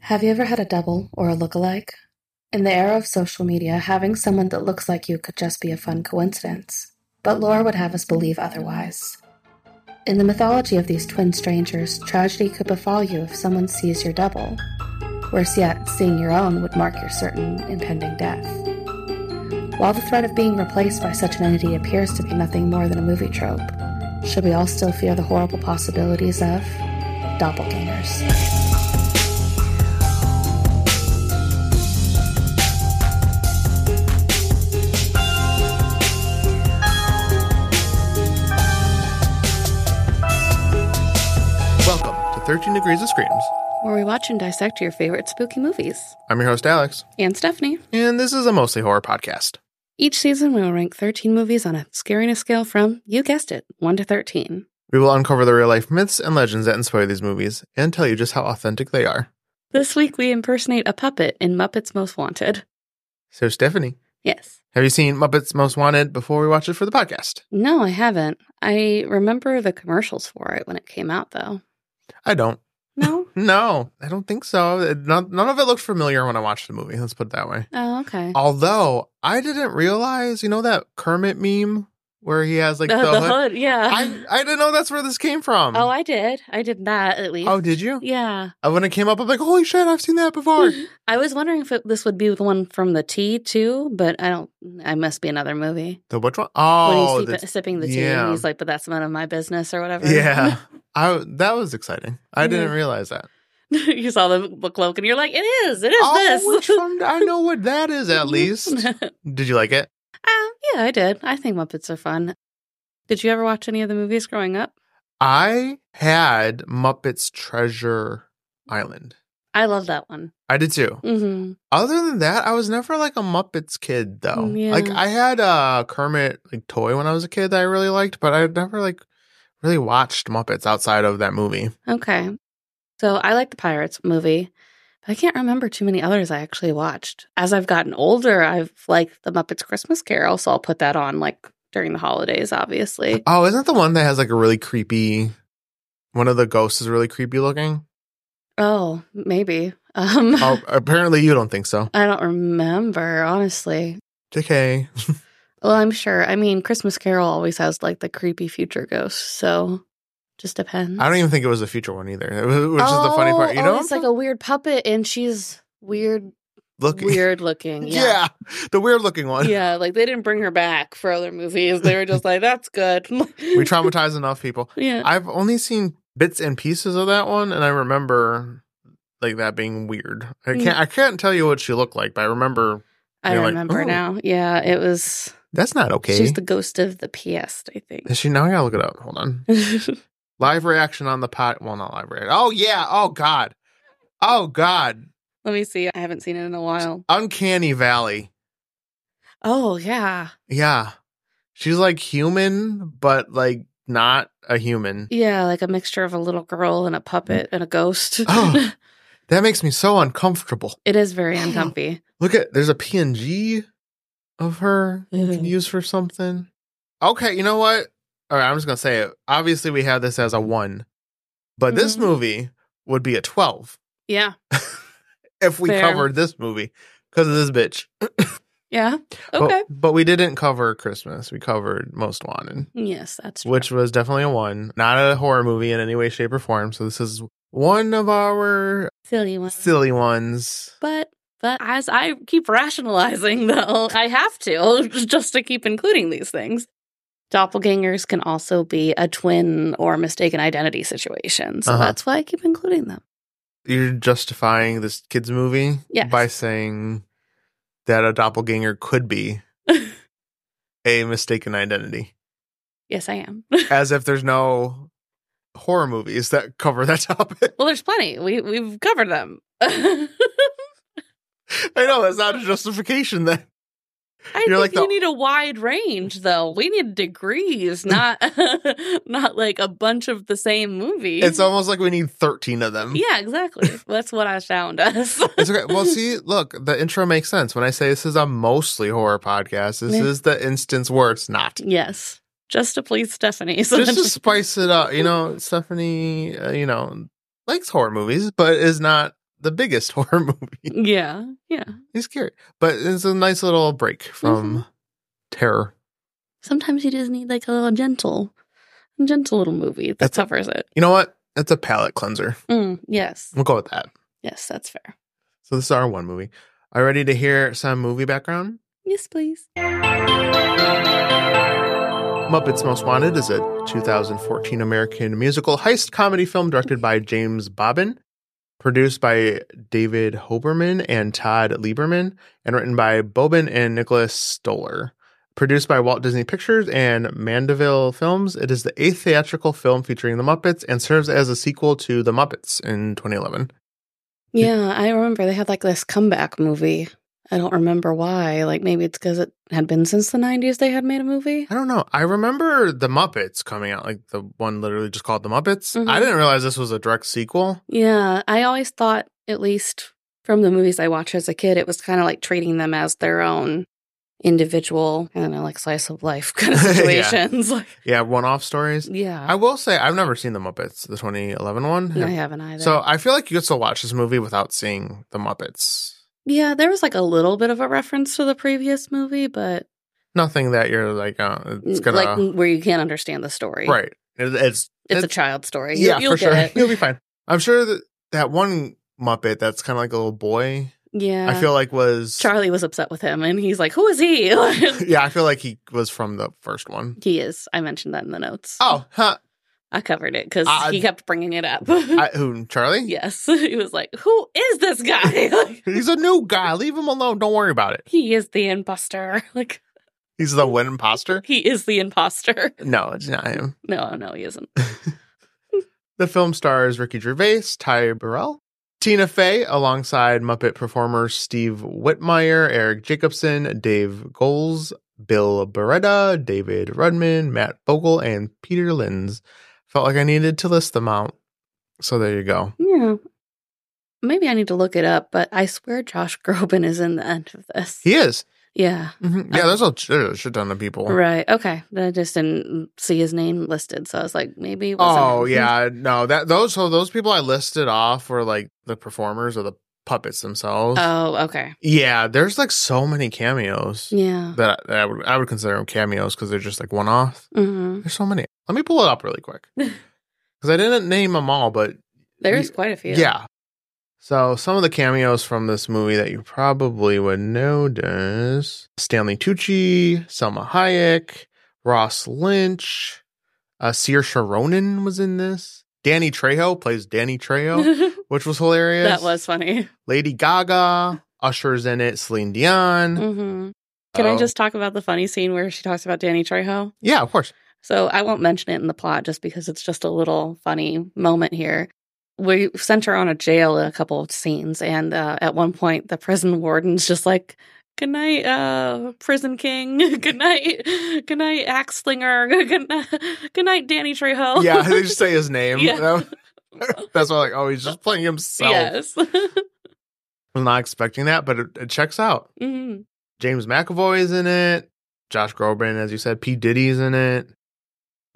Have you ever had a double or a look-alike? In the era of social media, having someone that looks like you could just be a fun coincidence. But lore would have us believe otherwise. In the mythology of these twin strangers, tragedy could befall you if someone sees your double. Worse yet, seeing your own would mark your certain impending death. While the threat of being replaced by such an entity appears to be nothing more than a movie trope, should we all still fear the horrible possibilities of doppelgangers? Welcome to 13 Degrees of Screams. Where we watch and dissect your favorite spooky movies. I'm your host, Alex, And Stephanie. and this is a mostly horror podcast. Each season, we will rank 13 movies on a scariness scale from, you guessed it, 1 to 13. We will uncover the real life myths and legends that inspire these movies and tell you just how authentic they are. This week, we impersonate a puppet in Muppets Most Wanted. So, Stephanie, Yes. have you seen Muppets Most Wanted before we watch it for the podcast? No, I haven't. I remember the commercials for it when it came out, though. I don't. No? No, I don't think so. It- None, none of it looked familiar when I watched the movie. Let's put it that way. oh, okay. Although, I didn't realize, you know, that Kermit meme where he has like the, the, the hood, hood? yeah. I, I didn't know that's where this came from. oh, I did. I did that at least. oh did you? Yeah. Uh, When it came up, I'm like, holy shit, I've seen that before. I was wondering if it, this would be the one from the tea, too, but I don't. I must be another movie. The which one? when Oh, he's the- sipping, sipping the tea, yeah. and he's like, "But that's none of my business," or whatever. yeah. I that was exciting. I Yeah. didn't realize that. you saw the book cloak, and you're like, "It is. It is Oh, which this." one? I know what that is at least. um, Did you like it? Uh, yeah, I did. I think Muppets are fun. Did you ever watch any of the movies growing up? I had Muppets Treasure Island. I love that one. I did too. hmm Other than that, I was never like a Muppets kid though. Mm, yeah. Like I had a Kermit like toy when I was a kid that I really liked, but I never like really watched Muppets outside of that movie. Okay, so I like the Pirates movie. but I can't remember too many others I actually watched. As I've gotten older, I've liked the Muppets Christmas Carol, so I'll put that on like during the holidays, obviously. Oh, isn't that the one that has like a really creepy one of the ghosts is really creepy looking? Oh, maybe. Um, oh, apparently you don't think so. I don't remember, honestly. Okay. Well, I'm sure. I mean, Christmas Carol always has like the creepy future ghost, so just depends. I don't even think it was a future one either, It was- which is the funny Oh, part. You oh, know, it's like a weird puppet, and she's weird, look, weird looking. Yeah. the weird looking yeah, one. Like they didn't bring her back for other movies. They were just like, that's good. We traumatize enough people. yeah. I've only seen bits and pieces of that one, and I remember like that being weird. I Mm. can't, I can't tell you what she looked like, but I remember I you're like, remember "Oh." now. Yeah, it was. that's not okay. She's the ghost of the PS, I think. Is she now? I gotta look it up. Hold on. Live reaction on the pot. Well, not live reaction. Oh yeah. Oh god. Oh god. Let me see. I haven't seen it in a while. Uncanny Valley. Oh, yeah. Yeah. She's like human, but like not a human. Yeah, like a mixture of a little girl and a puppet and a ghost. Mm. Oh. That makes me so uncomfortable. it is very uncomfy. Look at there's a PNG of her you can Mhm. use for something. Okay, you know what? All right, I'm just gonna say it. Obviously, we have this as a one, but this Mhm. movie would be a twelve Yeah. if we Fair. covered this movie because of this bitch. Yeah. But- Okay. but, we didn't cover Christmas. We covered Most Wanted. yes, that's true. which was definitely a one, not a horror movie in any way, shape, or form. So this is one of our silly one. silly ones. But but as I keep rationalizing though, I have to just to keep including these things. Doppelgangers can also be a twin or mistaken identity situation. So Uh-huh. that's why I keep including them. You're justifying this kids' movie Yes. by saying that a doppelganger could be a mistaken identity, Yes, I am. as if there's no horror movies that cover that topic. well, there's plenty. We we've covered them. I know that's not a justification. Then I think You're like the- you need a wide range, though. We need degrees, not not like a bunch of the same movie. it's almost like we need 13 of them. yeah, exactly. That's what I found us. It's okay. Well, see, look, the intro makes sense. When I say this is a mostly horror podcast, this Yeah. is the instance where it's not. yes, just to please Stephanie. So just to spice it up, you know, Stephanie, uh, you know, likes horror movies, but is not the biggest horror movie. Yeah. Yeah. He's scary, but it's a nice little break from terror. Sometimes you just need like a little gentle, gentle little movie that That's- covers it. You know what? That's a palate cleanser. Mm, yes. We'll go with that. Yes, that's fair. So this is our one movie. Are you ready to hear some movie background? Yes, please. Muppets Most Wanted is a 2014 American musical heist comedy film directed by James Bobbin, produced by David Hoberman and Todd Lieberman, and written by Bobbin and Nicholas Stoller. Produced by Walt Disney Pictures and Mandeville Films, it is the eighth theatrical film featuring the Muppets and serves as a sequel to The Muppets in 2011. Yeah, I remember they had like this comeback movie. I don't remember why. Like maybe it's because it had been since the 90s they had made a movie. I don't know. I remember The Muppets coming out, like the one literally just called The Muppets. Mhm. I didn't realize this was a direct sequel. Yeah, I always thought, at least from the movies I watched as a kid, it was kind of like treating them as their own individual, I don't know, like slice of life kind of Yeah. situations. Like, Yeah, one off stories. yeah, I will say I've never seen the Muppets, the 2011 one. I, haven't either. so I feel like you could still watch this movie without seeing the Muppets. yeah, there was like a little bit of a reference to the previous movie, but Nothing that you're like, uh, it's gonna like where you can't understand the story. right. It- it's It's, a it's- child story. You, yeah, you'll for get sure. it. You'll be fine. I'm sure that that one Muppet that's kind of like a little boy. Yeah. I feel like was Charlie was upset with him and he's like, Who is he? yeah. I feel like he was from the first one. He is. I mentioned that in the notes. Oh, huh. I covered it because I- he kept bringing it up. I, who Charlie? Yes. He was like, Who is this guy? Like, He's a new guy. Leave him alone. Don't worry about it. he is the imposter. Like, He's the one imposter. he is the imposter. No, it's not him. No, no, he isn't. The film stars Ricky Gervais, Ty Burrell, Tina Fey, alongside Muppet performers Steve Whitmire, Eric Jacobson, Dave Goles, Bill Beretta, David Rudman, Matt Bogle, and Peter Linz. Felt like I needed to list them out. So there you go. Yeah. Maybe I need to look it up, but I swear Josh Groban is in the end of this. He is. Yeah. Mhm. Yeah, there's a there's a shit ton of people. Mm-hmm. Right. Okay. I just didn't see his name listed, so I was like, maybe. It wasn't Oh him. yeah, no that those so those people I listed off were like the performers or the puppets themselves. Oh, okay. yeah, there's like so many cameos. Yeah. that, that I would I would consider them cameos because they're just like one off. hmm There's so many. Let me pull it up really quick because I didn't name them all, but There's Ye- quite a few. yeah. So some of the cameos from this movie that you probably would notice: Stanley Tucci, Selma Hayek, Ross Lynch, uh, Saoirse Ronan was in this. Danny Trejo plays Danny Trejo, which was hilarious. that was funny. Lady Gaga. Usher's in it. Celine Dion. hmm Can I Oh. just talk about the funny scene where she talks about Danny Trejo? Yeah, of course. So I won't mention it in the plot just because it's just a little funny moment here. We sent her on a jail a couple of scenes, and uh, at one point, the prison warden's just like, Good night, uh, prison king. Good night. Good night, axe slinger. Good night, good night Danny Trejo. Yeah, they just say his name. Oh. Yeah. That- That's why, like, oh, he's just playing himself. yes. I'm not expecting that, but it, it checks out. Mhm. James McAvoy is in it. Josh Groban, as you said, P. Diddy's in it.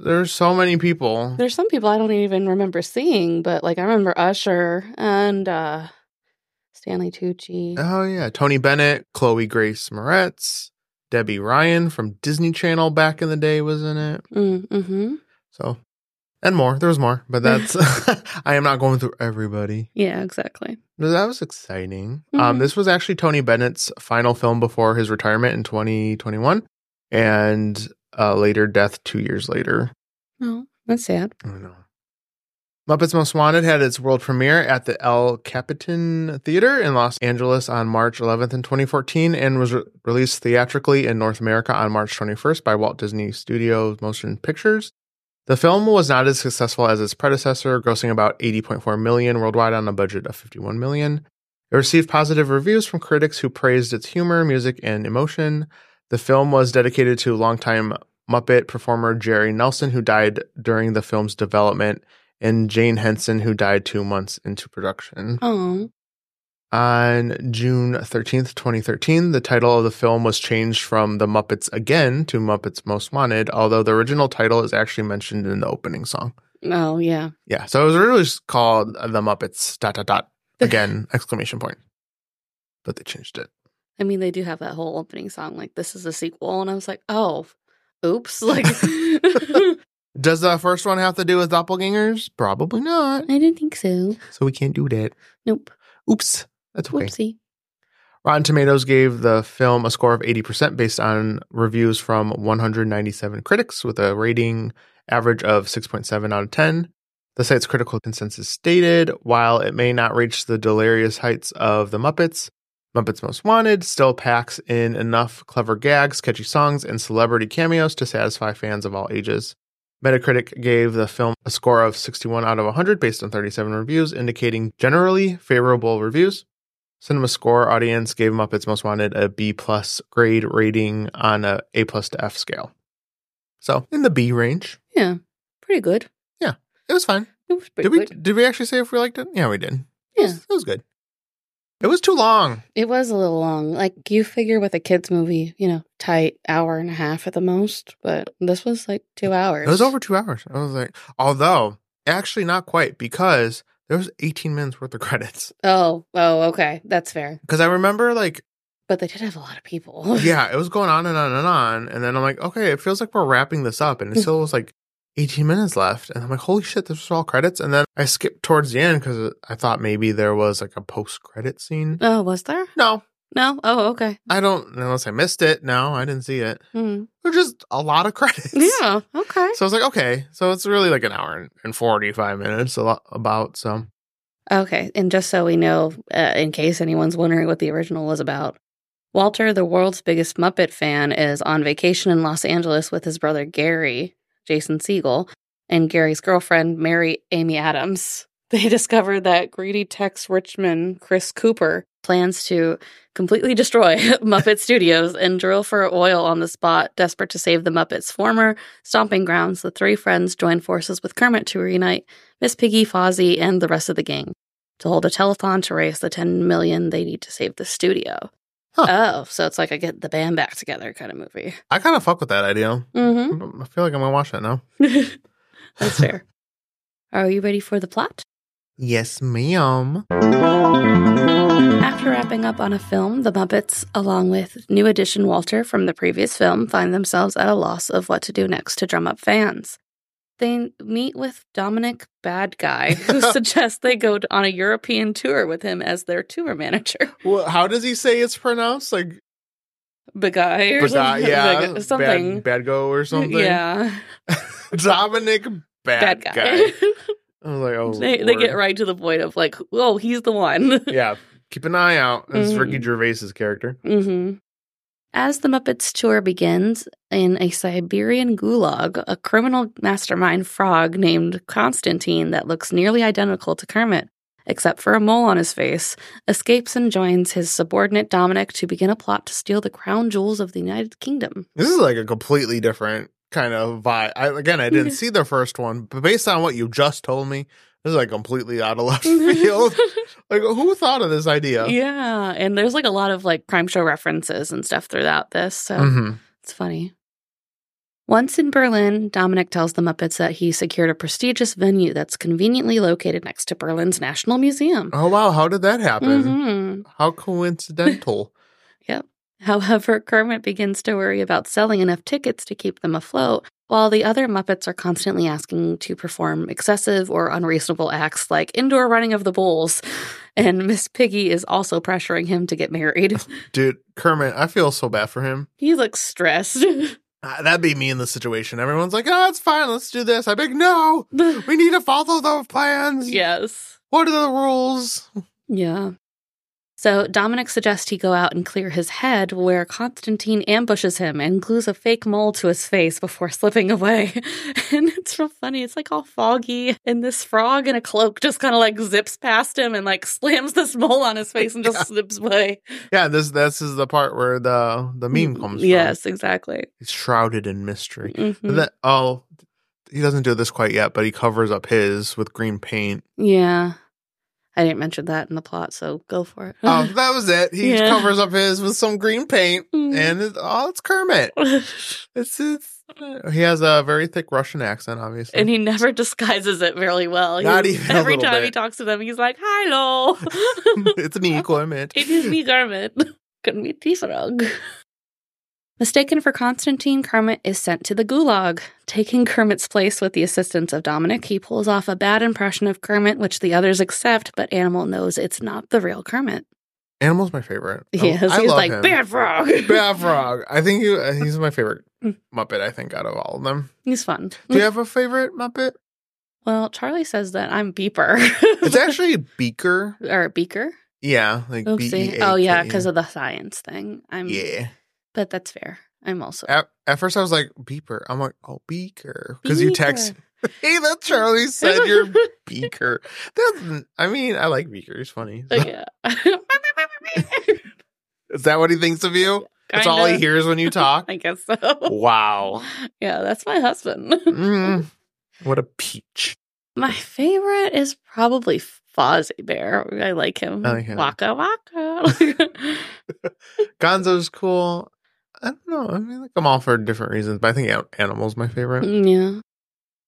There's so many people. There's some people I don't even remember seeing, but like I remember Usher and uh, Stanley Tucci. Oh yeah, Tony Bennett, Chloe Grace Moretz, Debbie Ryan from Disney Channel back in the day was in it. Mm-hmm. So, and more. There was more, but that's I am not going through everybody. Yeah, exactly. No, That was exciting. Mhm. Um, this was actually Tony Bennett's final film before his retirement in 2021, and uh, later death two years later. No, that's sad. I don't know. Muppets Most Wanted had its world premiere at the El Capitan Theater in Los Angeles on March 11th in 2014, and was re- released theatrically in North America on March 21st by Walt Disney Studios Motion Pictures. The film was not as successful as its predecessor, grossing about 80.4 million worldwide on a budget of 51 million. It received positive reviews from critics who praised its humor, music, and emotion. The film was dedicated to longtime Muppet performer Jerry Nelson, who died during the film's development, and Jane Henson, who died two months into production. Oh, On June 13th, 2013, the title of the film was changed from The Muppets Again to Muppets Most Wanted, although the original title is actually mentioned in the opening song. oh yeah. Yeah, so it was originally just called The Muppets dot dot dot Again, exclamation point. But they changed it. I mean, they do have that whole opening song, like, this is a sequel. And I was like, oh, oops. Like, Does the first one have to do with doppelgangers? Probably not. I didn't think so. So we can't do that. Nope. Oops. That's okay. Whoopsie. Rotten Tomatoes gave the film a score of 80% based on reviews from 197 critics with a rating average of 6.7 out of 10. The site's critical consensus stated while it may not reach the delirious heights of The Muppets, Muppets Most Wanted still packs in enough clever gags, catchy songs, and celebrity cameos to satisfy fans of all ages. Metacritic gave the film a score of 61 out of 100 based on 37 reviews, indicating generally favorable reviews. Cinema Score audience gave Muppets Most Wanted a B plus grade rating on a A plus to F scale. So in the B range, Yeah. Pretty good. it was fine. It was pretty Did we good. did we actually say if we liked it? Yeah, we did. It Yeah. was, it was good. It was too long. It was a little long. Like, you figure with a kid's movie, you know, tight hour and a half at the most. But this was like two hours. It was over two hours. I was like, although actually not quite because there was 18 minutes worth of credits. Oh, oh, okay. That's fair. Because I remember like But they did have a lot of people. yeah, it was going on and on and on. And then I'm like, okay, it feels like we're wrapping this up. Hmm. And it still was like 18 minutes left. And I'm like, holy shit, this was all credits. And then I skipped towards the end because I thought maybe there was like a post credit scene. Oh, was there? No, No. Oh, okay. I don't, unless I missed it. No, I didn't see it. Hmm. It was just a lot of credits. Yeah. Okay. So I was like, okay, so it's really like an hour and- and 45 minutes a lot about. So Okay, and just so we know, uh, in case anyone's wondering what the original was about, Walter, the world's biggest Muppet fan, is on vacation in Los Angeles with his brother Gary, Jason Siegel, and Gary's girlfriend, Mary Amy Adams. They discover that greedy Tex Richmond, Chris Cooper, plans to completely destroy Muppet Studios and drill for oil on the spot. Desperate to save the Muppets' former stomping grounds, the three friends join forces with Kermit to reunite Miss Piggy, Fozzie, and the rest of the gang to hold a telethon to raise the 10 million they need to save the studio. Oh, so it's like I get the band back together kind of movie. I kind of fuck with that idea. Mm-hmm. I feel like I'm going to watch that now. That's fair. Are you ready for the plot? Yes, ma'am. After wrapping up on a film, the Muppets, along with new addition Walter from the previous film, find themselves at a loss of what to do next to drum up fans. They meet with Dominic Bad Guy, who suggests they go on a European tour with him as their tour manager. Well, how does he say it's pronounced? Like Big guy or But something. that- yeah, Big- something. Bad, bad go or something. Yeah, Dominic bad, bad, guy. guy. I was like, oh, they, they Lord. get right to the point of like, oh, he's the one. Yeah, keep an eye out. It's Mhm. Ricky Gervais's character. hmm As the Muppets tour begins in a Siberian gulag, a criminal mastermind frog named Constantine that looks nearly identical to Kermit, except for a mole on his face, escapes and joins his subordinate Dominic to begin a plot to steal the crown jewels of the United Kingdom. This is like a completely different kind of vibe. I, again, I didn't Yeah. see the first one, but based on what you just told me, this is like completely out of left field. like, who thought of this idea? Yeah, and there's like a lot of like crime show references and stuff throughout this, so hmm it's funny. Once in Berlin, Dominic tells the Muppets that he secured a prestigious venue that's conveniently located next to Berlin's National Museum. Oh wow, how did that happen? Mhm. How coincidental. However, Kermit begins to worry about selling enough tickets to keep them afloat, while the other Muppets are constantly asking to perform excessive or unreasonable acts like indoor running of the bulls. And Miss Piggy is also pressuring him to get married. Dude, Kermit, I feel so bad for him. He looks stressed. Uh, that'd be me in the situation. Everyone's like, oh, it's fine. Let's do this. I'm like, no, we need to follow the plans. yes. What are the rules? Yeah. So Dominic suggests he go out and clear his head, where Constantine ambushes him and glues a fake mole to his face before slipping away. and it's real funny. It's like all foggy, and this frog in a cloak just kind of like zips past him and like slams this mole on his face and just slips away. Yeah, this this is the part where the the meme comes from. Mm, Yes, exactly. He's shrouded in mystery. Mhm. And then- oh, he doesn't do this quite yet, but he covers up his with green paint. Yeah. I didn't mention that in the plot, so go for it. Oh, that was it. He Yeah. covers up his with some green paint, Mm. and it, oh, it's Kermit. It's it's. He has a very thick Russian accent, obviously. and he never disguises it very well. Not He- even a every little time bit. he talks to them, he's like, "Hello, it's me, Kermit. it is me, Kermit. Couldn't be T-Frog." Mistaken for Constantine, Kermit is sent to the gulag. Taking Kermit's place with the assistance of Dominic, he pulls off a bad impression of Kermit, which the others accept, but Animal knows it's not the real Kermit. Animal's my favorite. I- Yes, Oh, I he's love like him. bad frog. Bad Frog. I think you, uh, he's my favorite Mm. Muppet. I think out of all of them. He's fun. Do you have a favorite Muppet? Well, Charlie says that I'm Beeper. It's actually Beaker. or Beaker. Yeah, like B Oopsie. E A Oh yeah, K. because of the science thing. I'm yeah. but that's fair. I'm also At, at first, I was like Beeper. I'm like, oh Beaker, because you text. Beaker. Hey, that's Charlie said you're Beaker. That's. I mean, I like Beaker. He's funny. Like, Oh, yeah. Is that what he thinks of you? That's all he Kinda. hears when you talk. I guess so. wow. Yeah, that's my husband. Mm, what a peach. my favorite is probably Fozzie Bear. I like him. I like him. Waka waka. Gonzo's cool. I don't know. I mean, like I'm all for different reasons, but I think An- Animal's my Mm. favorite. yeah.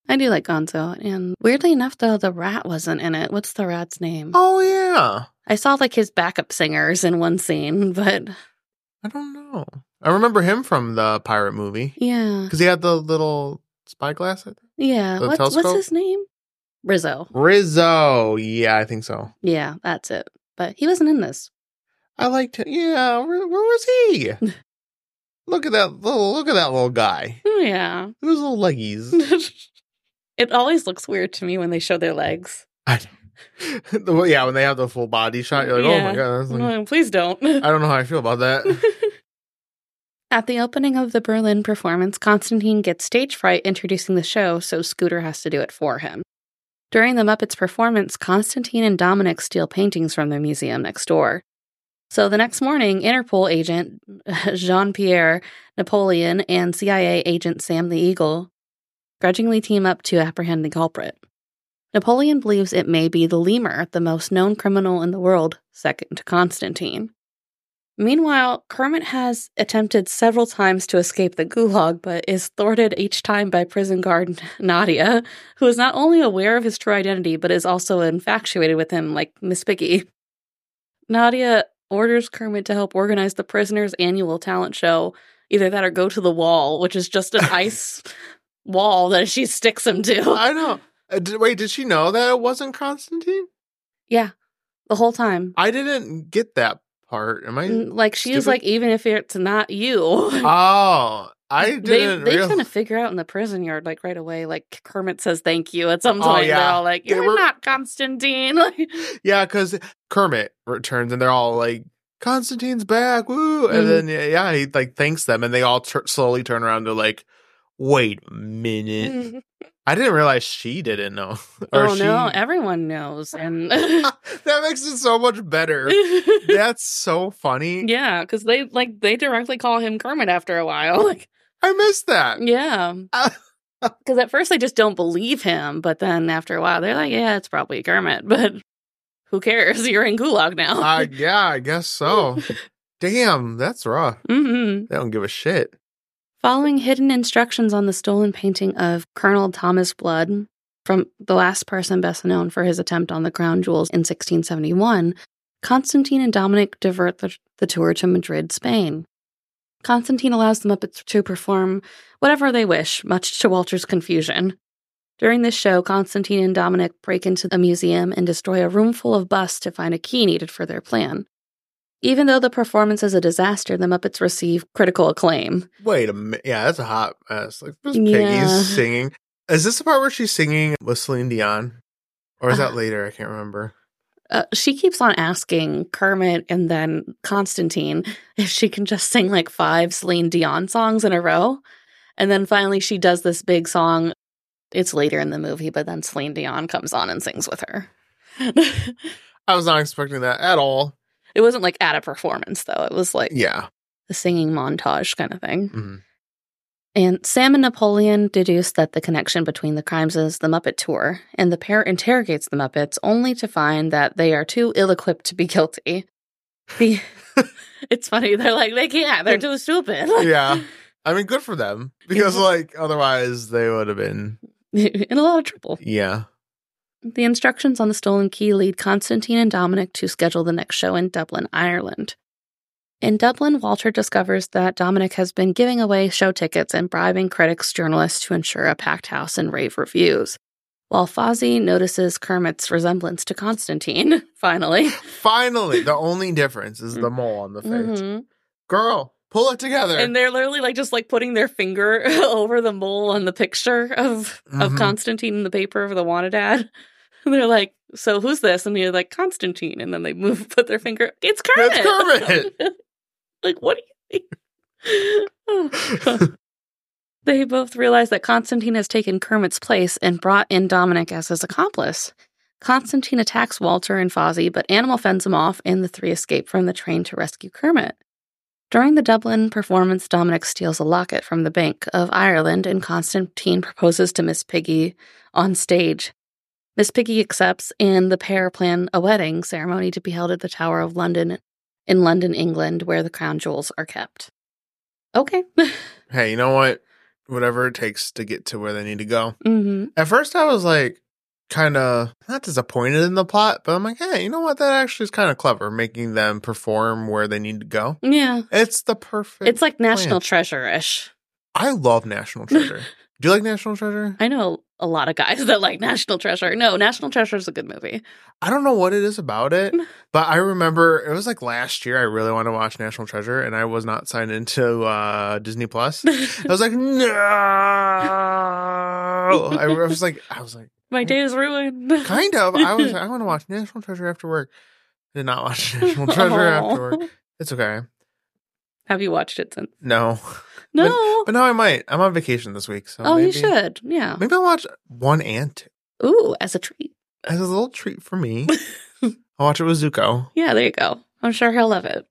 I do like Gonzo. And weirdly enough though, the rat wasn't in it. What's the rat's name? Oh yeah. I saw like his backup singers in one scene, but I don't know. I remember him from the pirate movie yeah. because he had the little spyglass. I think. Yeah. The What's, what's telescope? his name? Rizzo. Rizzo. Yeah, I think so. Yeah, that's it. But he wasn't in this. I liked him. Yeah, where, where was he? look at that little. Look at that little guy. Oh, Yeah. Those little leggies. it always looks weird to me when they show their legs. I know. Well, yeah, when they have the full body shot, you're like, oh my Yeah. god. That's like, Mm, Please don't. I don't know how I feel about that. At the opening of the Berlin performance, Constantine gets stage fright introducing the show, so Scooter has to do it for him. During the Muppets performance, Constantine and Dominic steal paintings from the museum next door. So the next morning, Interpol agent Jean Pierre Napoleon and CIA agent Sam the Eagle grudgingly team up to apprehend the culprit. Napoleon believes it may be the lemur, the most known criminal in the world, second to Constantine. Meanwhile, Kermit has attempted several times to escape the gulag, but is thwarted each time by prison guard Nadia, who is not only aware of his true identity, but is also infatuated with him, like Miss Piggy. Nadia orders Kermit to help organize the prisoners' annual talent show, either that or go to the wall, which is just an ice wall that she sticks him to. I know. Uh, did, wait, did she know that it wasn't Constantine? Yeah, the whole time. I didn't get that part. Am I? N- Like she was stupid. like, even if it's not you, Oh, I didn't. They, they real- kind of figure out in the prison yard, like right away, like Kermit says thank you at some Oh, point. They're yeah. all like, They "You're were- not Constantine." Like, Yeah, because Kermit returns and they're all like, "Constantine's back!" Woo! Mm-hmm. And then yeah, yeah, he like thanks them, and they all tur slowly turn around. They're like, "Wait a minute! I didn't realize she didn't know." Or Mm-hmm. oh she- no, everyone knows, and that makes it so much better. That's so funny. yeah, because they like they directly call him Kermit after a while. Like, I missed that. yeah, because at first they just don't believe him, but then after a while they're like, "Yeah, it's probably Kermit," but who cares? You're in Gulag now. Uh, yeah, I guess so. Damn, that's rough. hmm They don't give a shit. Following hidden instructions on the stolen painting of Colonel Thomas Blood, from the last person best known for his attempt on the crown jewels in 1671, Constantine and Dominic divert the, the tour to Madrid, Spain. Constantine allows the Muppets to perform whatever they wish, much to Walter's confusion. During this show, Constantine and Dominic break into a museum and destroy a room full of busts to find a key needed for their plan. Even though the performance is a disaster, the Muppets receive critical acclaim. Wait a minute. Yeah, that's a hot mess. Like this Yeah. Piggy's singing. Is this the part where she's singing with Celine Dion? Or is that Uh. later? I can't remember. Uh, she keeps on asking Kermit and then Constantine if she can just sing like five Celine Dion songs in a row. And then finally, she does this big song. It's later in the movie, but then Celine Dion comes on and sings with her. I was not expecting that at all. it wasn't like at a performance, though. It was like Yeah. a singing montage kind of thing. Mhm. And Sam and Napoleon deduce that the connection between the crimes is the Muppet Tour, and the pair interrogates the Muppets only to find that they are too ill equipped to be guilty. The- it's funny. They're like, they can't. They're too stupid. Yeah. I mean, good for them because, like, otherwise they would have been, In a lot of trouble. yeah. The instructions on the stolen key lead Constantine and Dominic to schedule the next show in Dublin, Ireland. In Dublin, Walter discovers that Dominic has been giving away show tickets and bribing critics, journalists to ensure a packed house and rave reviews. While Fozzie notices Kermit's resemblance to Constantine, finally. Finally, the only difference is the mole on the face. Mhm. Girl, pull it together. And they're literally like just like putting their finger over the mole on the picture of of Mhm. Constantine in the paper for the wanted ad. And they're like, "So who's this?" And they're like, "Constantine." And then they move, put their finger. It's Kermit. It's Kermit. like, what do you think? they both realize that Constantine has taken Kermit's place and brought in Dominic as his accomplice. Constantine attacks Walter and Fozzie, but Animal fends him off, and the three escape from the train to rescue Kermit. During the Dublin performance, Dominic steals a locket from the Bank of Ireland and Constantine proposes to Miss Piggy on stage. Miss Piggy accepts, and the pair plan a wedding ceremony to be held at the Tower of London in London, England, where the crown jewels are kept. Okay. hey, you know what? Whatever it takes to get to where they need to go. hmm At first, I was like, kind of not disappointed in the plot, but I'm like, hey, you know what? That actually is kind of clever, making them perform where they need to go. Yeah. It's the perfect. It's like National plan. Treasure ish. I love National Treasure. Do you like National Treasure? I know a lot of guys that like National Treasure. No, National Treasure is a good movie. I don't know what it is about it, but I remember it was like last year. I really wanted to watch National Treasure, and I was not signed into uh, Disney Plus. I was like, no. I was like, I was like, My day is ruined. kind of. I was. I want to watch National Treasure after work. Did not watch National Treasure Aw. after work. It's okay. Have you watched it since? No, No. but now I might. I'm on vacation this week, so oh, you maybe- should. Yeah. Maybe I'll watch one and two Ooh, as a treat. as a little treat for me. I'll watch it with Zuko. Yeah, there you go. I'm sure he'll love it.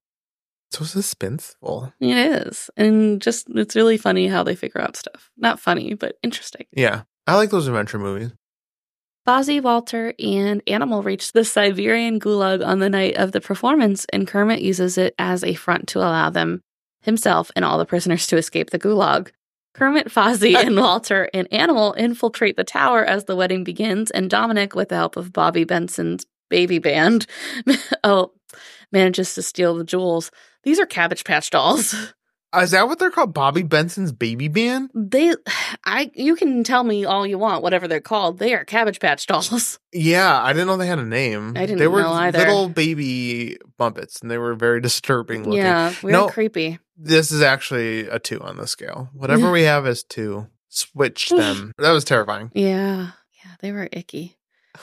So suspenseful. It is. And just, it's really funny how they figure out stuff. Not funny, but interesting. Yeah, I like those adventure movies. Fozzie, Walter, and Animal reach the Siberian gulag on the night of the performance, and Kermit uses it as a front to allow them, himself, and all the prisoners to escape the gulag. Kermit, Fozzie, and Walter and Animal infiltrate the tower as the wedding begins, and Dominic, with the help of Bobby Benson's baby band, oh, manages to steal the jewels. These are Cabbage Patch dolls. Uh, Is that what they're called? Bobby Benson's baby band? They, I, you can tell me all you want, whatever they're called. They are Cabbage Patch dolls. Yeah, I didn't know they had a name. I didn't They were know either. little baby Muppets, and they were very disturbing looking. Yeah, very No. creepy. This is actually a two on the scale. Whatever we have is two. Switch them. that was terrifying. Yeah. Yeah. They were icky.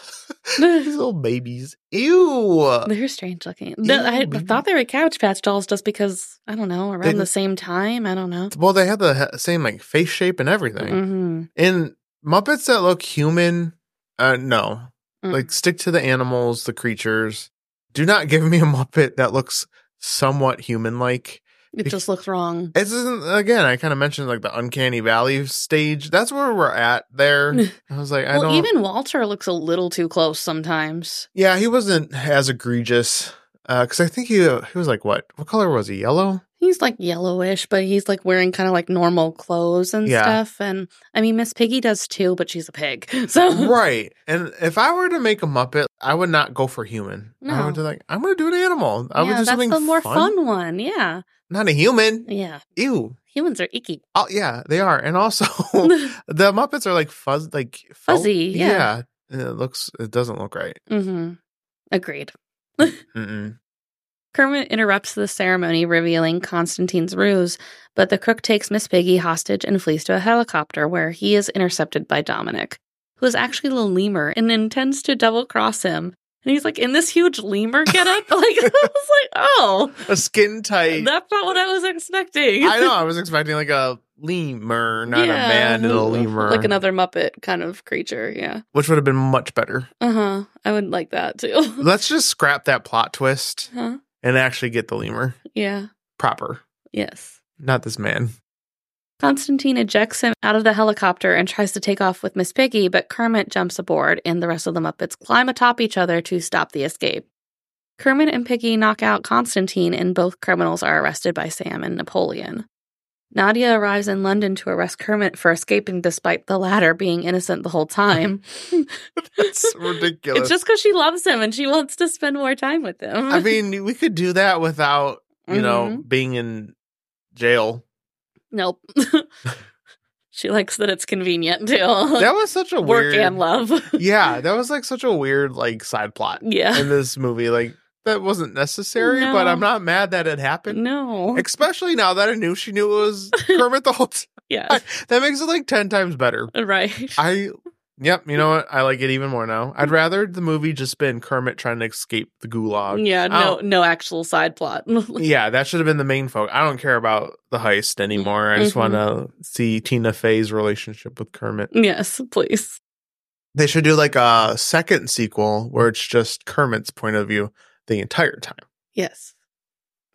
These little babies. Ew. They were strange looking. No, I Ew. thought they were Cabbage Patch dolls just because, I don't know, around Mm-hmm. They- the same time. I don't know. Well, they had the he- same like face shape and everything. Mhm. And Muppets that look human, uh, no. Mm. Like stick to the animals, the creatures. Do not give me a Muppet that looks somewhat human-like. it just looked wrong. This isn't again. I kind of mentioned like the uncanny valley stage. That's where we're at there. I was like, I well, don't. even Walter looks a little too close sometimes. yeah, he wasn't as egregious because I think he uh, he was like what? What color was he? Yellow. He's like yellowish, but he's like wearing kind of like normal clothes and Yeah. stuff. And I mean, Miss Piggy does too, but she's a pig. So, right. And if I were to make a Muppet, I would not go for human. I No. would do like I'm going to do an animal. I yeah, would do that's something the more fun. fun one. Yeah. Not a human. Yeah. Ew. Humans are icky. Oh yeah, they are. And also, the Muppets are like fuzz, like felt- Fuzzy, yeah. yeah. It looks. It doesn't look right. hmm Agreed. Mm-mm. Kermit interrupts the ceremony, revealing Constantine's ruse, but the crook takes Miss Piggy hostage and flees to a helicopter where he is intercepted by Dominic, who is actually a lemur and intends to double cross him. And he's like in this huge lemur getup. like I was like, oh, A skin tight. that's not what I was expecting. I know. I was expecting like a lemur, not a man in a lemur, like another Muppet kind of creature. Yeah, which would have been much better. uh huh. I would like that too. Let's just scrap that plot twist huh? and actually get the lemur Yeah. proper, Yes. not this man. Constantine ejects him out of the helicopter and tries to take off with Miss Piggy, but Kermit jumps aboard and the rest of the Muppets climb atop each other to stop the escape. Kermit and Piggy knock out Constantine, and both criminals are arrested by Sam and Napoleon. Nadia arrives in London to arrest Kermit for escaping despite the latter being innocent the whole time. That's ridiculous. It's just because she loves him and she wants to spend more time with him. Mm-hmm. I mean, we could do that without, you know, being in jail. nope. she likes that it's convenient too. That was such a Work weird and love. Yeah, that was like such a weird like side plot yeah. in this movie. Like that wasn't necessary, but No. I'm not mad that it happened. No. Especially now that I knew she knew it was Kermit the whole time. Yeah. That makes it like ten times better. Right. I Yep, you know what? I like it even more now. I'd rather the movie just been Kermit trying to escape the gulag. yeah. No. Oh. No actual side plot. Yeah, that should have been the main focus. I don't care about the heist anymore. I just Mhm. want to see Tina Fey's relationship with Kermit. yes, please. They should do like a second sequel where it's just Kermit's point of view the entire time. Yes.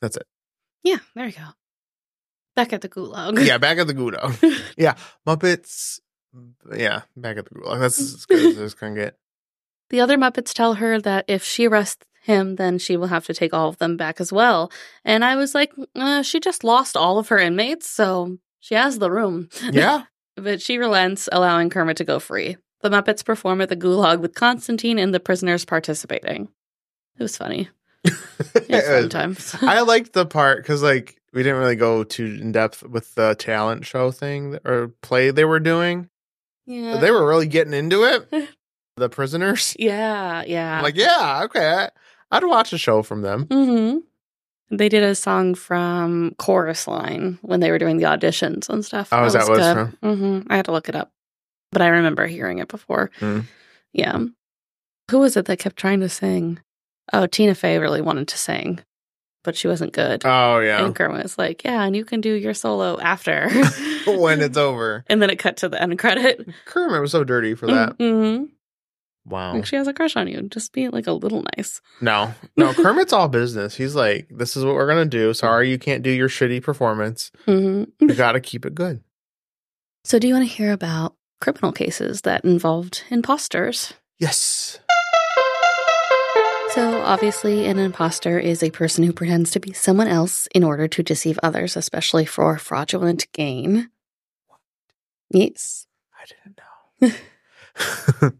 That's it. Yeah. There you go. Back at the gulag. Yeah, back at the Gudo. yeah, Muppets. Yeah, back at the Gulag. That's as good as it's gonna get. The other Muppets tell her that if she arrests him, then she will have to take all of them back as well. And I was like, uh, she just lost all of her inmates, so she has the room. Yeah, But she relents, allowing Kermit to go free. The Muppets perform at the gulag with Constantine and the prisoners participating. It was funny. It was fun times. Uh, I liked the part because like we didn't really go too in depth with the talent show thing or play they were doing. yeah. They were really getting into it. The prisoners. yeah, yeah. I'm like, yeah, okay. I, I'd watch a show from them. hmm They did a song from Chorus Line when they were doing the auditions and stuff. Oh, is that what it's hmm I had to look it up, but I remember hearing it before. Mm. Yeah. Who was it that kept trying to sing? Oh, Tina Fey really wanted to sing, but she wasn't good. Oh yeah. And Kermit was like, "Yeah, and you can do your solo after." when it's over, and then it cut to the end credit. Kermit was so dirty for that. Oh. hmm Wow. Like she has a crush on you. Just be like a little nice. No, no. Kermit's all business. He's like, this is what we're gonna do. Sorry, you can't do your shitty performance. hmm You got to keep it good. So, do you want to hear about criminal cases that involved imposters? Yes. So, obviously, an imposter is a person who pretends to be someone else in order to deceive others, especially for fraudulent gain. Yes. I didn't know.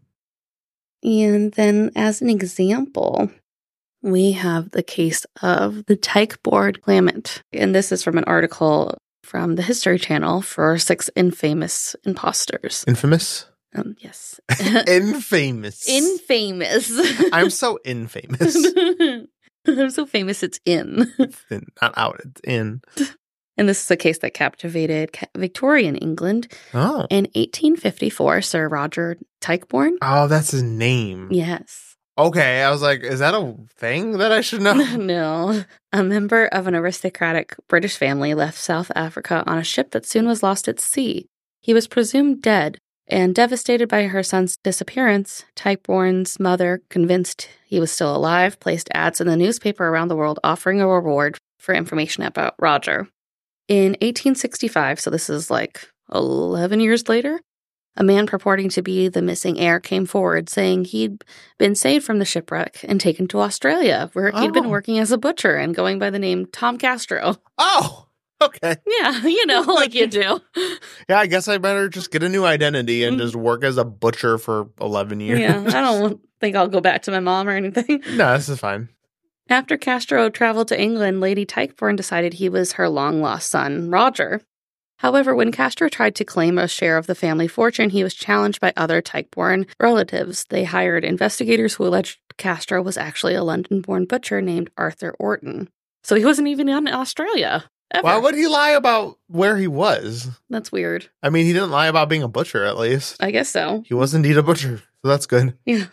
And then, as an example, we have the case of the Tyke Board claimant. And this is from an article from the History Channel for six infamous imposters. Infamous. Um, yes. Infamous. infamous. I'm so infamous. I'm so famous, it's in. It's in- Not out. It's in. And this is a case that captivated ca- Victorian England. Oh. In 1854, Sir Roger Tichborne. Oh, that's his name. Yes. Okay. I was like, is that a thing that I should know? no. A member of an aristocratic British family left South Africa on a ship that soon was lost at sea. He was presumed dead, and devastated by her son's disappearance, Tichborne's mother, convinced he was still alive, placed ads in the newspaper around the world offering a reward for information about Roger. In 1865, so this is like 11 years later, a man purporting to be the missing heir came forward saying he'd been saved from the shipwreck and taken to Australia, where he'd Oh. been working as a butcher and going by the name Tom Castro. oh. Okay. Yeah, you know, like you do. Yeah, I guess I better just get a new identity and just work as a butcher for 11 years. Mm. Yeah, I don't think I'll go back to my mom or anything. No, this is fine. After Castro traveled to England, Lady Tykeborn decided he was her long lost son, Roger. However, when Castro tried to claim a share of the family fortune, he was challenged by other Tykeborn relatives. They hired investigators who alleged Castro was actually a London born butcher named Arthur Orton. So he wasn't even in Australia. Ever. Why would he lie about where he was? That's weird. I mean, he didn't lie about being a butcher, at least. I guess so. He was indeed a butcher. So that's good. Yeah.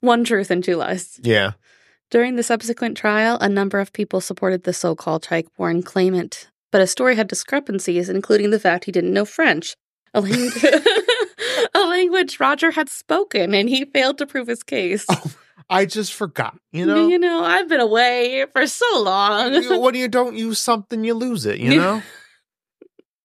One truth and two lies. Yeah. During the subsequent trial, a number of people supported the so called Tykeborn claimant, but his story had discrepancies, including the fact he didn't know French, a, lang- a language Roger had spoken, and he failed to prove his case. I just forgot, Oh, you know? you know, I've been away for so long. You- when you don't use something, you lose it, you know?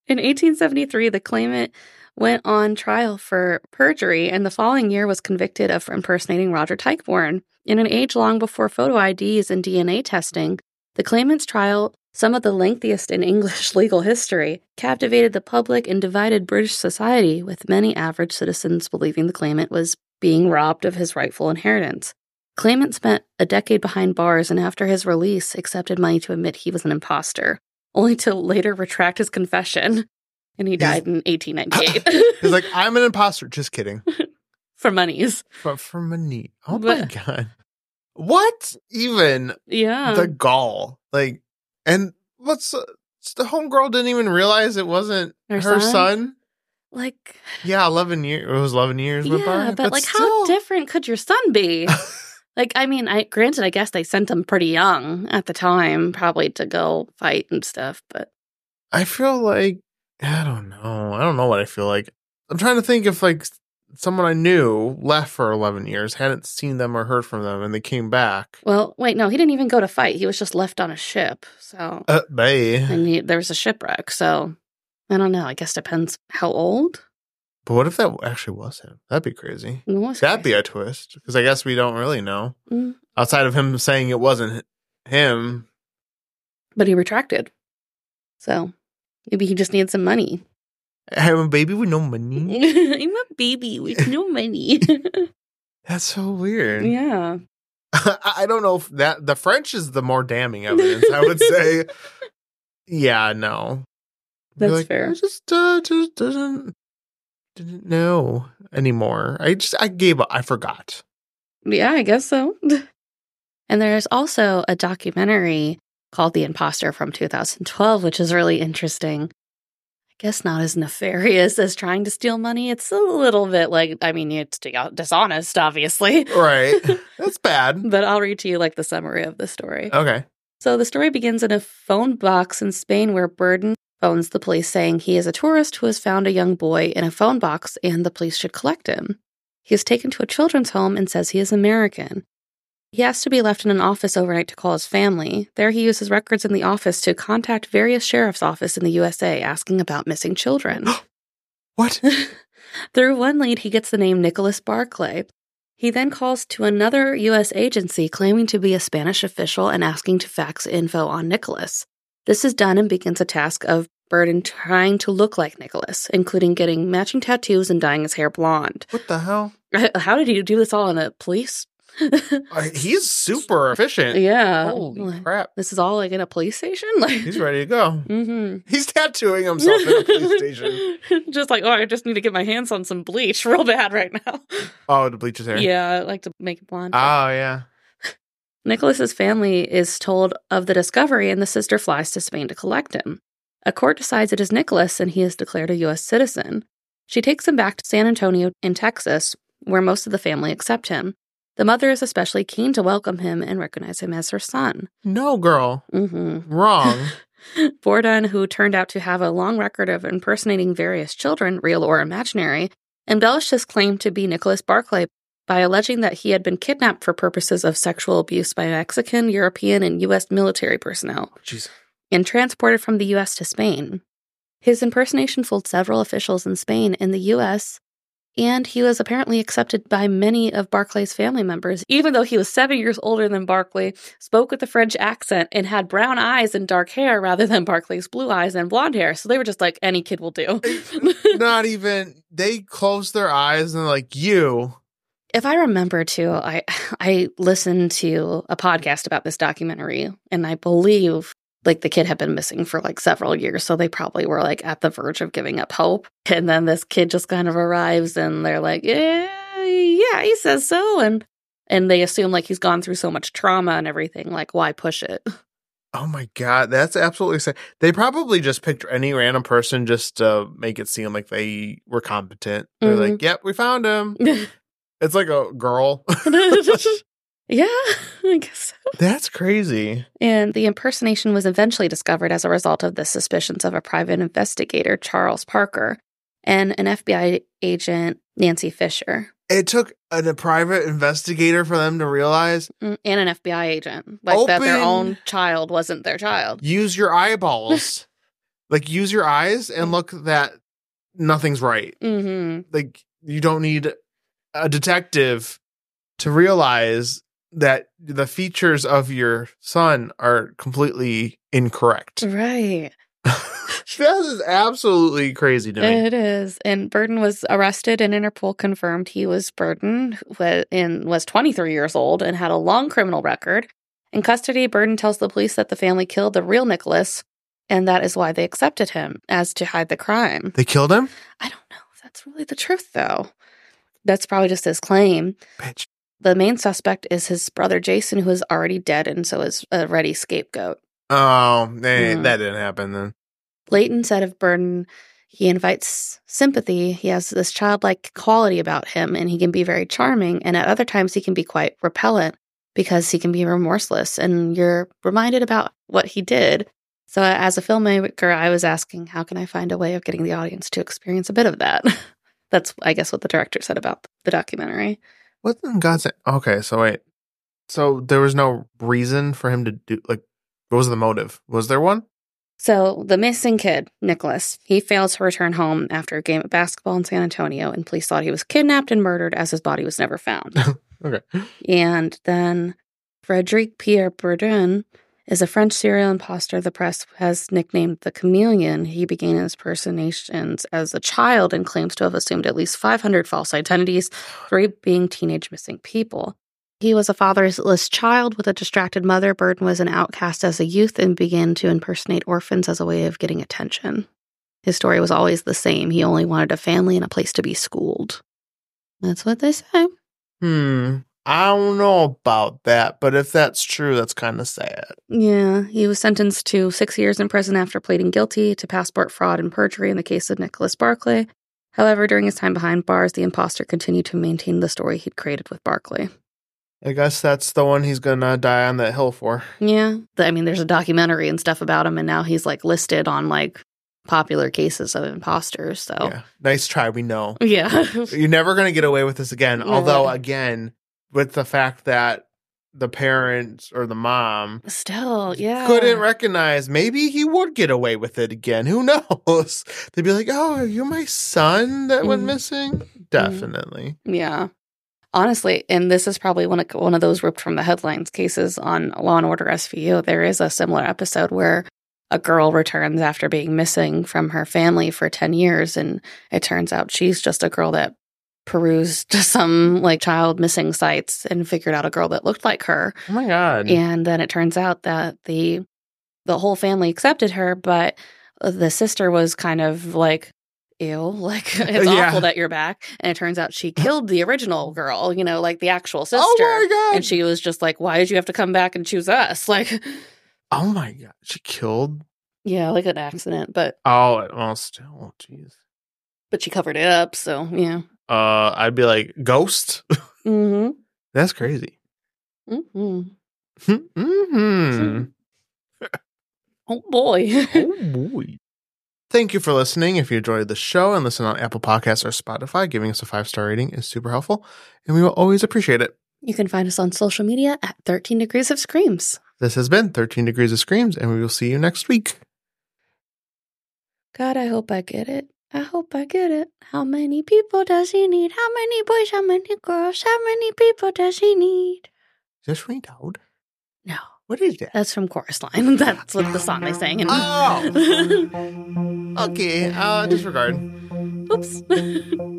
In 1873, the claimant went on trial for perjury and the following year was convicted of impersonating Roger Teichborn. In an age long before photo IDs and DNA testing, the claimant's trial, some of the lengthiest in English legal history, captivated the public and divided British society, with many average citizens believing the claimant was being robbed of his rightful inheritance. Claimant spent a decade behind bars and after his release accepted money to admit he was an imposter, only to later retract his confession. And he died in 1898. He's like, I'm an imposter. Just kidding. for monies. But for money. Oh my But- god. What even Yeah. the gall? Like, and what's uh, the homegirl didn't even realize it wasn't her, Her son. son? like, Yeah, eleven years. It was eleven years. went by, yeah, but, like, still- how different could your son be? like, I mean, I granted, I guess they sent him pretty young at the time, probably to go fight and stuff, but I feel like I don't know. I don't know what I feel like. I'm trying to think if like someone I knew left for 11 years, hadn't seen them or heard from them, and they came back. well, wait, no, he didn't even go to fight. He was just left on a ship. So, Uh, they. and he, there was a shipwreck. So, I don't know. I guess depends how old. But what if that actually was him? That'd be crazy. It was That'd be crazy. a twist because I guess we don't really know Mm. outside of him saying it wasn't hi- him. But he retracted. So, maybe he just needs some money. I'm a baby with no money. I'm a baby with no money. That's so weird. yeah. I I don't know if that the French is the more damning evidence. I would say, yeah, no, Be That's fair. I just uh, just doesn't didn't know anymore. I just I gave up. I forgot. Yeah, I guess so. and there's also a documentary called The Imposter from 2012, which is really interesting. I guess not as nefarious as trying to steal money. It's a little bit like, I mean, it's di- dishonest, obviously. Right, that's bad. But I'll read to you like the summary of the story. Okay, So the story begins in a phone box in Spain where Burden phones the police saying he is a tourist who has found a young boy in a phone box and the police should collect him. He is taken to a children's home and says he is American. He has to be left in an office overnight to call his family. There he uses records in the office to contact various sheriff's office in the USA asking about missing children. what? Through one lead, he gets the name Nicholas Barclay. He then calls to another U.S. agency claiming to be a Spanish official and asking to fax info on Nicholas. This is done and begins a task of Burden trying to look like Nicholas, including getting matching tattoos and dyeing his hair blonde. What the hell? How did you do this all in a police? Uh, he's super efficient. yeah. Holy Like, crap! This is all like in a police station? Like He's ready to go. Mm-hmm. He's tattooing himself in a police station. just like, oh, I just need to get my hands on some bleach real bad right now. Oh, to bleach his hair. Yeah, I like to make it blonde. Oh yeah. Nicholas's family is told of the discovery, and the sister flies to Spain to collect him. A court decides it is Nicholas, and he is declared a U.S. citizen. She takes him back to San Antonio in Texas, where most of the family accept him. The mother is especially keen to welcome him and recognize him as her son. No, girl. Mm-hmm. Wrong. Borden, who turned out to have a long record of impersonating various children, real or imaginary, embellished his claim to be Nicholas Barclay by alleging that he had been kidnapped for purposes of sexual abuse by Mexican, European, and U.S. military personnel Jeez. and transported from the U.S. to Spain. His impersonation fooled several officials in Spain and the U.S., and he was apparently accepted by many of Barclay's family members, even though he was seven years older than Barclay, spoke with a French accent, and had brown eyes and dark hair rather than Barclay's blue eyes and blonde hair. So they were just like, any kid will do. Not even. They close their eyes and they're like you. if I remember too, I I listened to a podcast about this documentary, and I believe like the kid had been missing for like several years, so they probably were like at the verge of giving up hope. And then this kid just kind of arrives, and they're like, yeah, yeah, he says so, and and they assume like he's gone through so much trauma and everything. Like, why push it? Oh my god, that's absolutely insane. They probably just picked any random person just to make it seem like they were competent. They're Mhm. like, "Yep, we found him." It's like a girl. yeah, I guess so. that's crazy. And the impersonation was eventually discovered as a result of the suspicions of a private investigator, Charles Parker, and an FBI agent, Nancy Fisher, It took a, a private investigator for them to realize Mm, and an FBI agent. Like that their Open- own child wasn't their child. use your eyeballs. Like use your eyes and look that nothing's right. Mm-hmm. Like you don't need a detective to realize that the features of your son are completely incorrect. Mm. Right. this is absolutely crazy to me. It is. And Burton was arrested, and Interpol confirmed he was Burton wa- and was 23 years old and had a long criminal record. In custody, Burton tells the police that the family killed the real Nicholas, and that is why they accepted him, as to hide the crime. They killed him? I don't know if that's really the truth, though. That's probably just his claim. Bitch. The main suspect is his brother Jason, who is already dead and so is a ready scapegoat. Oh, they, Mm. that didn't happen then. Leighton said of Burton, he invites sympathy. He has this childlike quality about him, and he can be very charming. And at other times, he can be quite repellent because he can be remorseless, and you're reminded about what he did. So, as a filmmaker, I was asking, how can I find a way of getting the audience to experience a bit of that? That's, I guess, what the director said about the documentary. What in God's name? Okay, so wait. So there was no reason for him to do like what was the motive? Was there one? So, the missing kid, Nicholas, he failed to return home after a game of basketball in San Antonio, and police thought he was kidnapped and murdered as his body was never found. Okay. And then Frederic Pierre Bourdon is a French serial imposter the press has nicknamed the chameleon. He began his personations as a child and claims to have assumed at least 500 false identities, three being teenage missing people. He was a fatherless child with a distracted mother. Burden was an outcast as a youth and began to impersonate orphans as a way of getting attention. His story was always the same. He only wanted a family and a place to be schooled. That's what they say. Hmm. I don't know about that, but if that's true, that's kind of sad. Yeah, he was sentenced to six years in prison after pleading guilty to passport fraud and perjury in the case of Nicholas Barclay. However, during his time behind bars, the imposter continued to maintain the story he'd created with Barclay. I guess that's the one he's gonna die on that hill for. Yeah, th- I mean, there's a documentary and stuff about him, and now he's like listed on like popular cases of imposters. So Yeah. Nice try, we know. yeah, You're never gonna get away with this again. No. Although again, with the fact that the parents or the mom still, yeah, couldn't recognize maybe he would get away with it again who knows they'd be like oh you're my son that went Mhm. missing definitely Yeah. Honestly, and this is probably one of one of those ripped from the headlines cases on Law and Order SVU. There is a similar episode where a girl returns after being missing from her family for 10 years and it turns out she's just a girl that perused some like child missing sites and figured out a girl that looked like her oh my god and then it turns out that the the whole family accepted her but the sister was kind of like ew like it's Yeah. awful that you're back and it turns out she killed the original girl you know like the actual sister oh my god and she was just like why did you have to come back and choose us like oh my god she killed yeah like an accident but oh it- well still jeez but she covered it up so yeah uh i'd be like ghost mm-hmm that's crazy mm-hmm mm-hmm oh boy oh boy. Thank you for listening. If you enjoyed the show and listen on Apple Podcasts or Spotify, giving us a five star rating is super helpful, and we will always appreciate it. you can find us on social media at 13 degrees of screams This has been 13 Degrees of Screams, and we will see you next week. God, I hope I get it. I hope I get it. How many people does he need? How many boys? How many girls? How many people does he need? Is this rained out? No, What is that? that's from Chorus Line. That's what the song they sang. In- Oh. Okay, uh, disregard. Oops.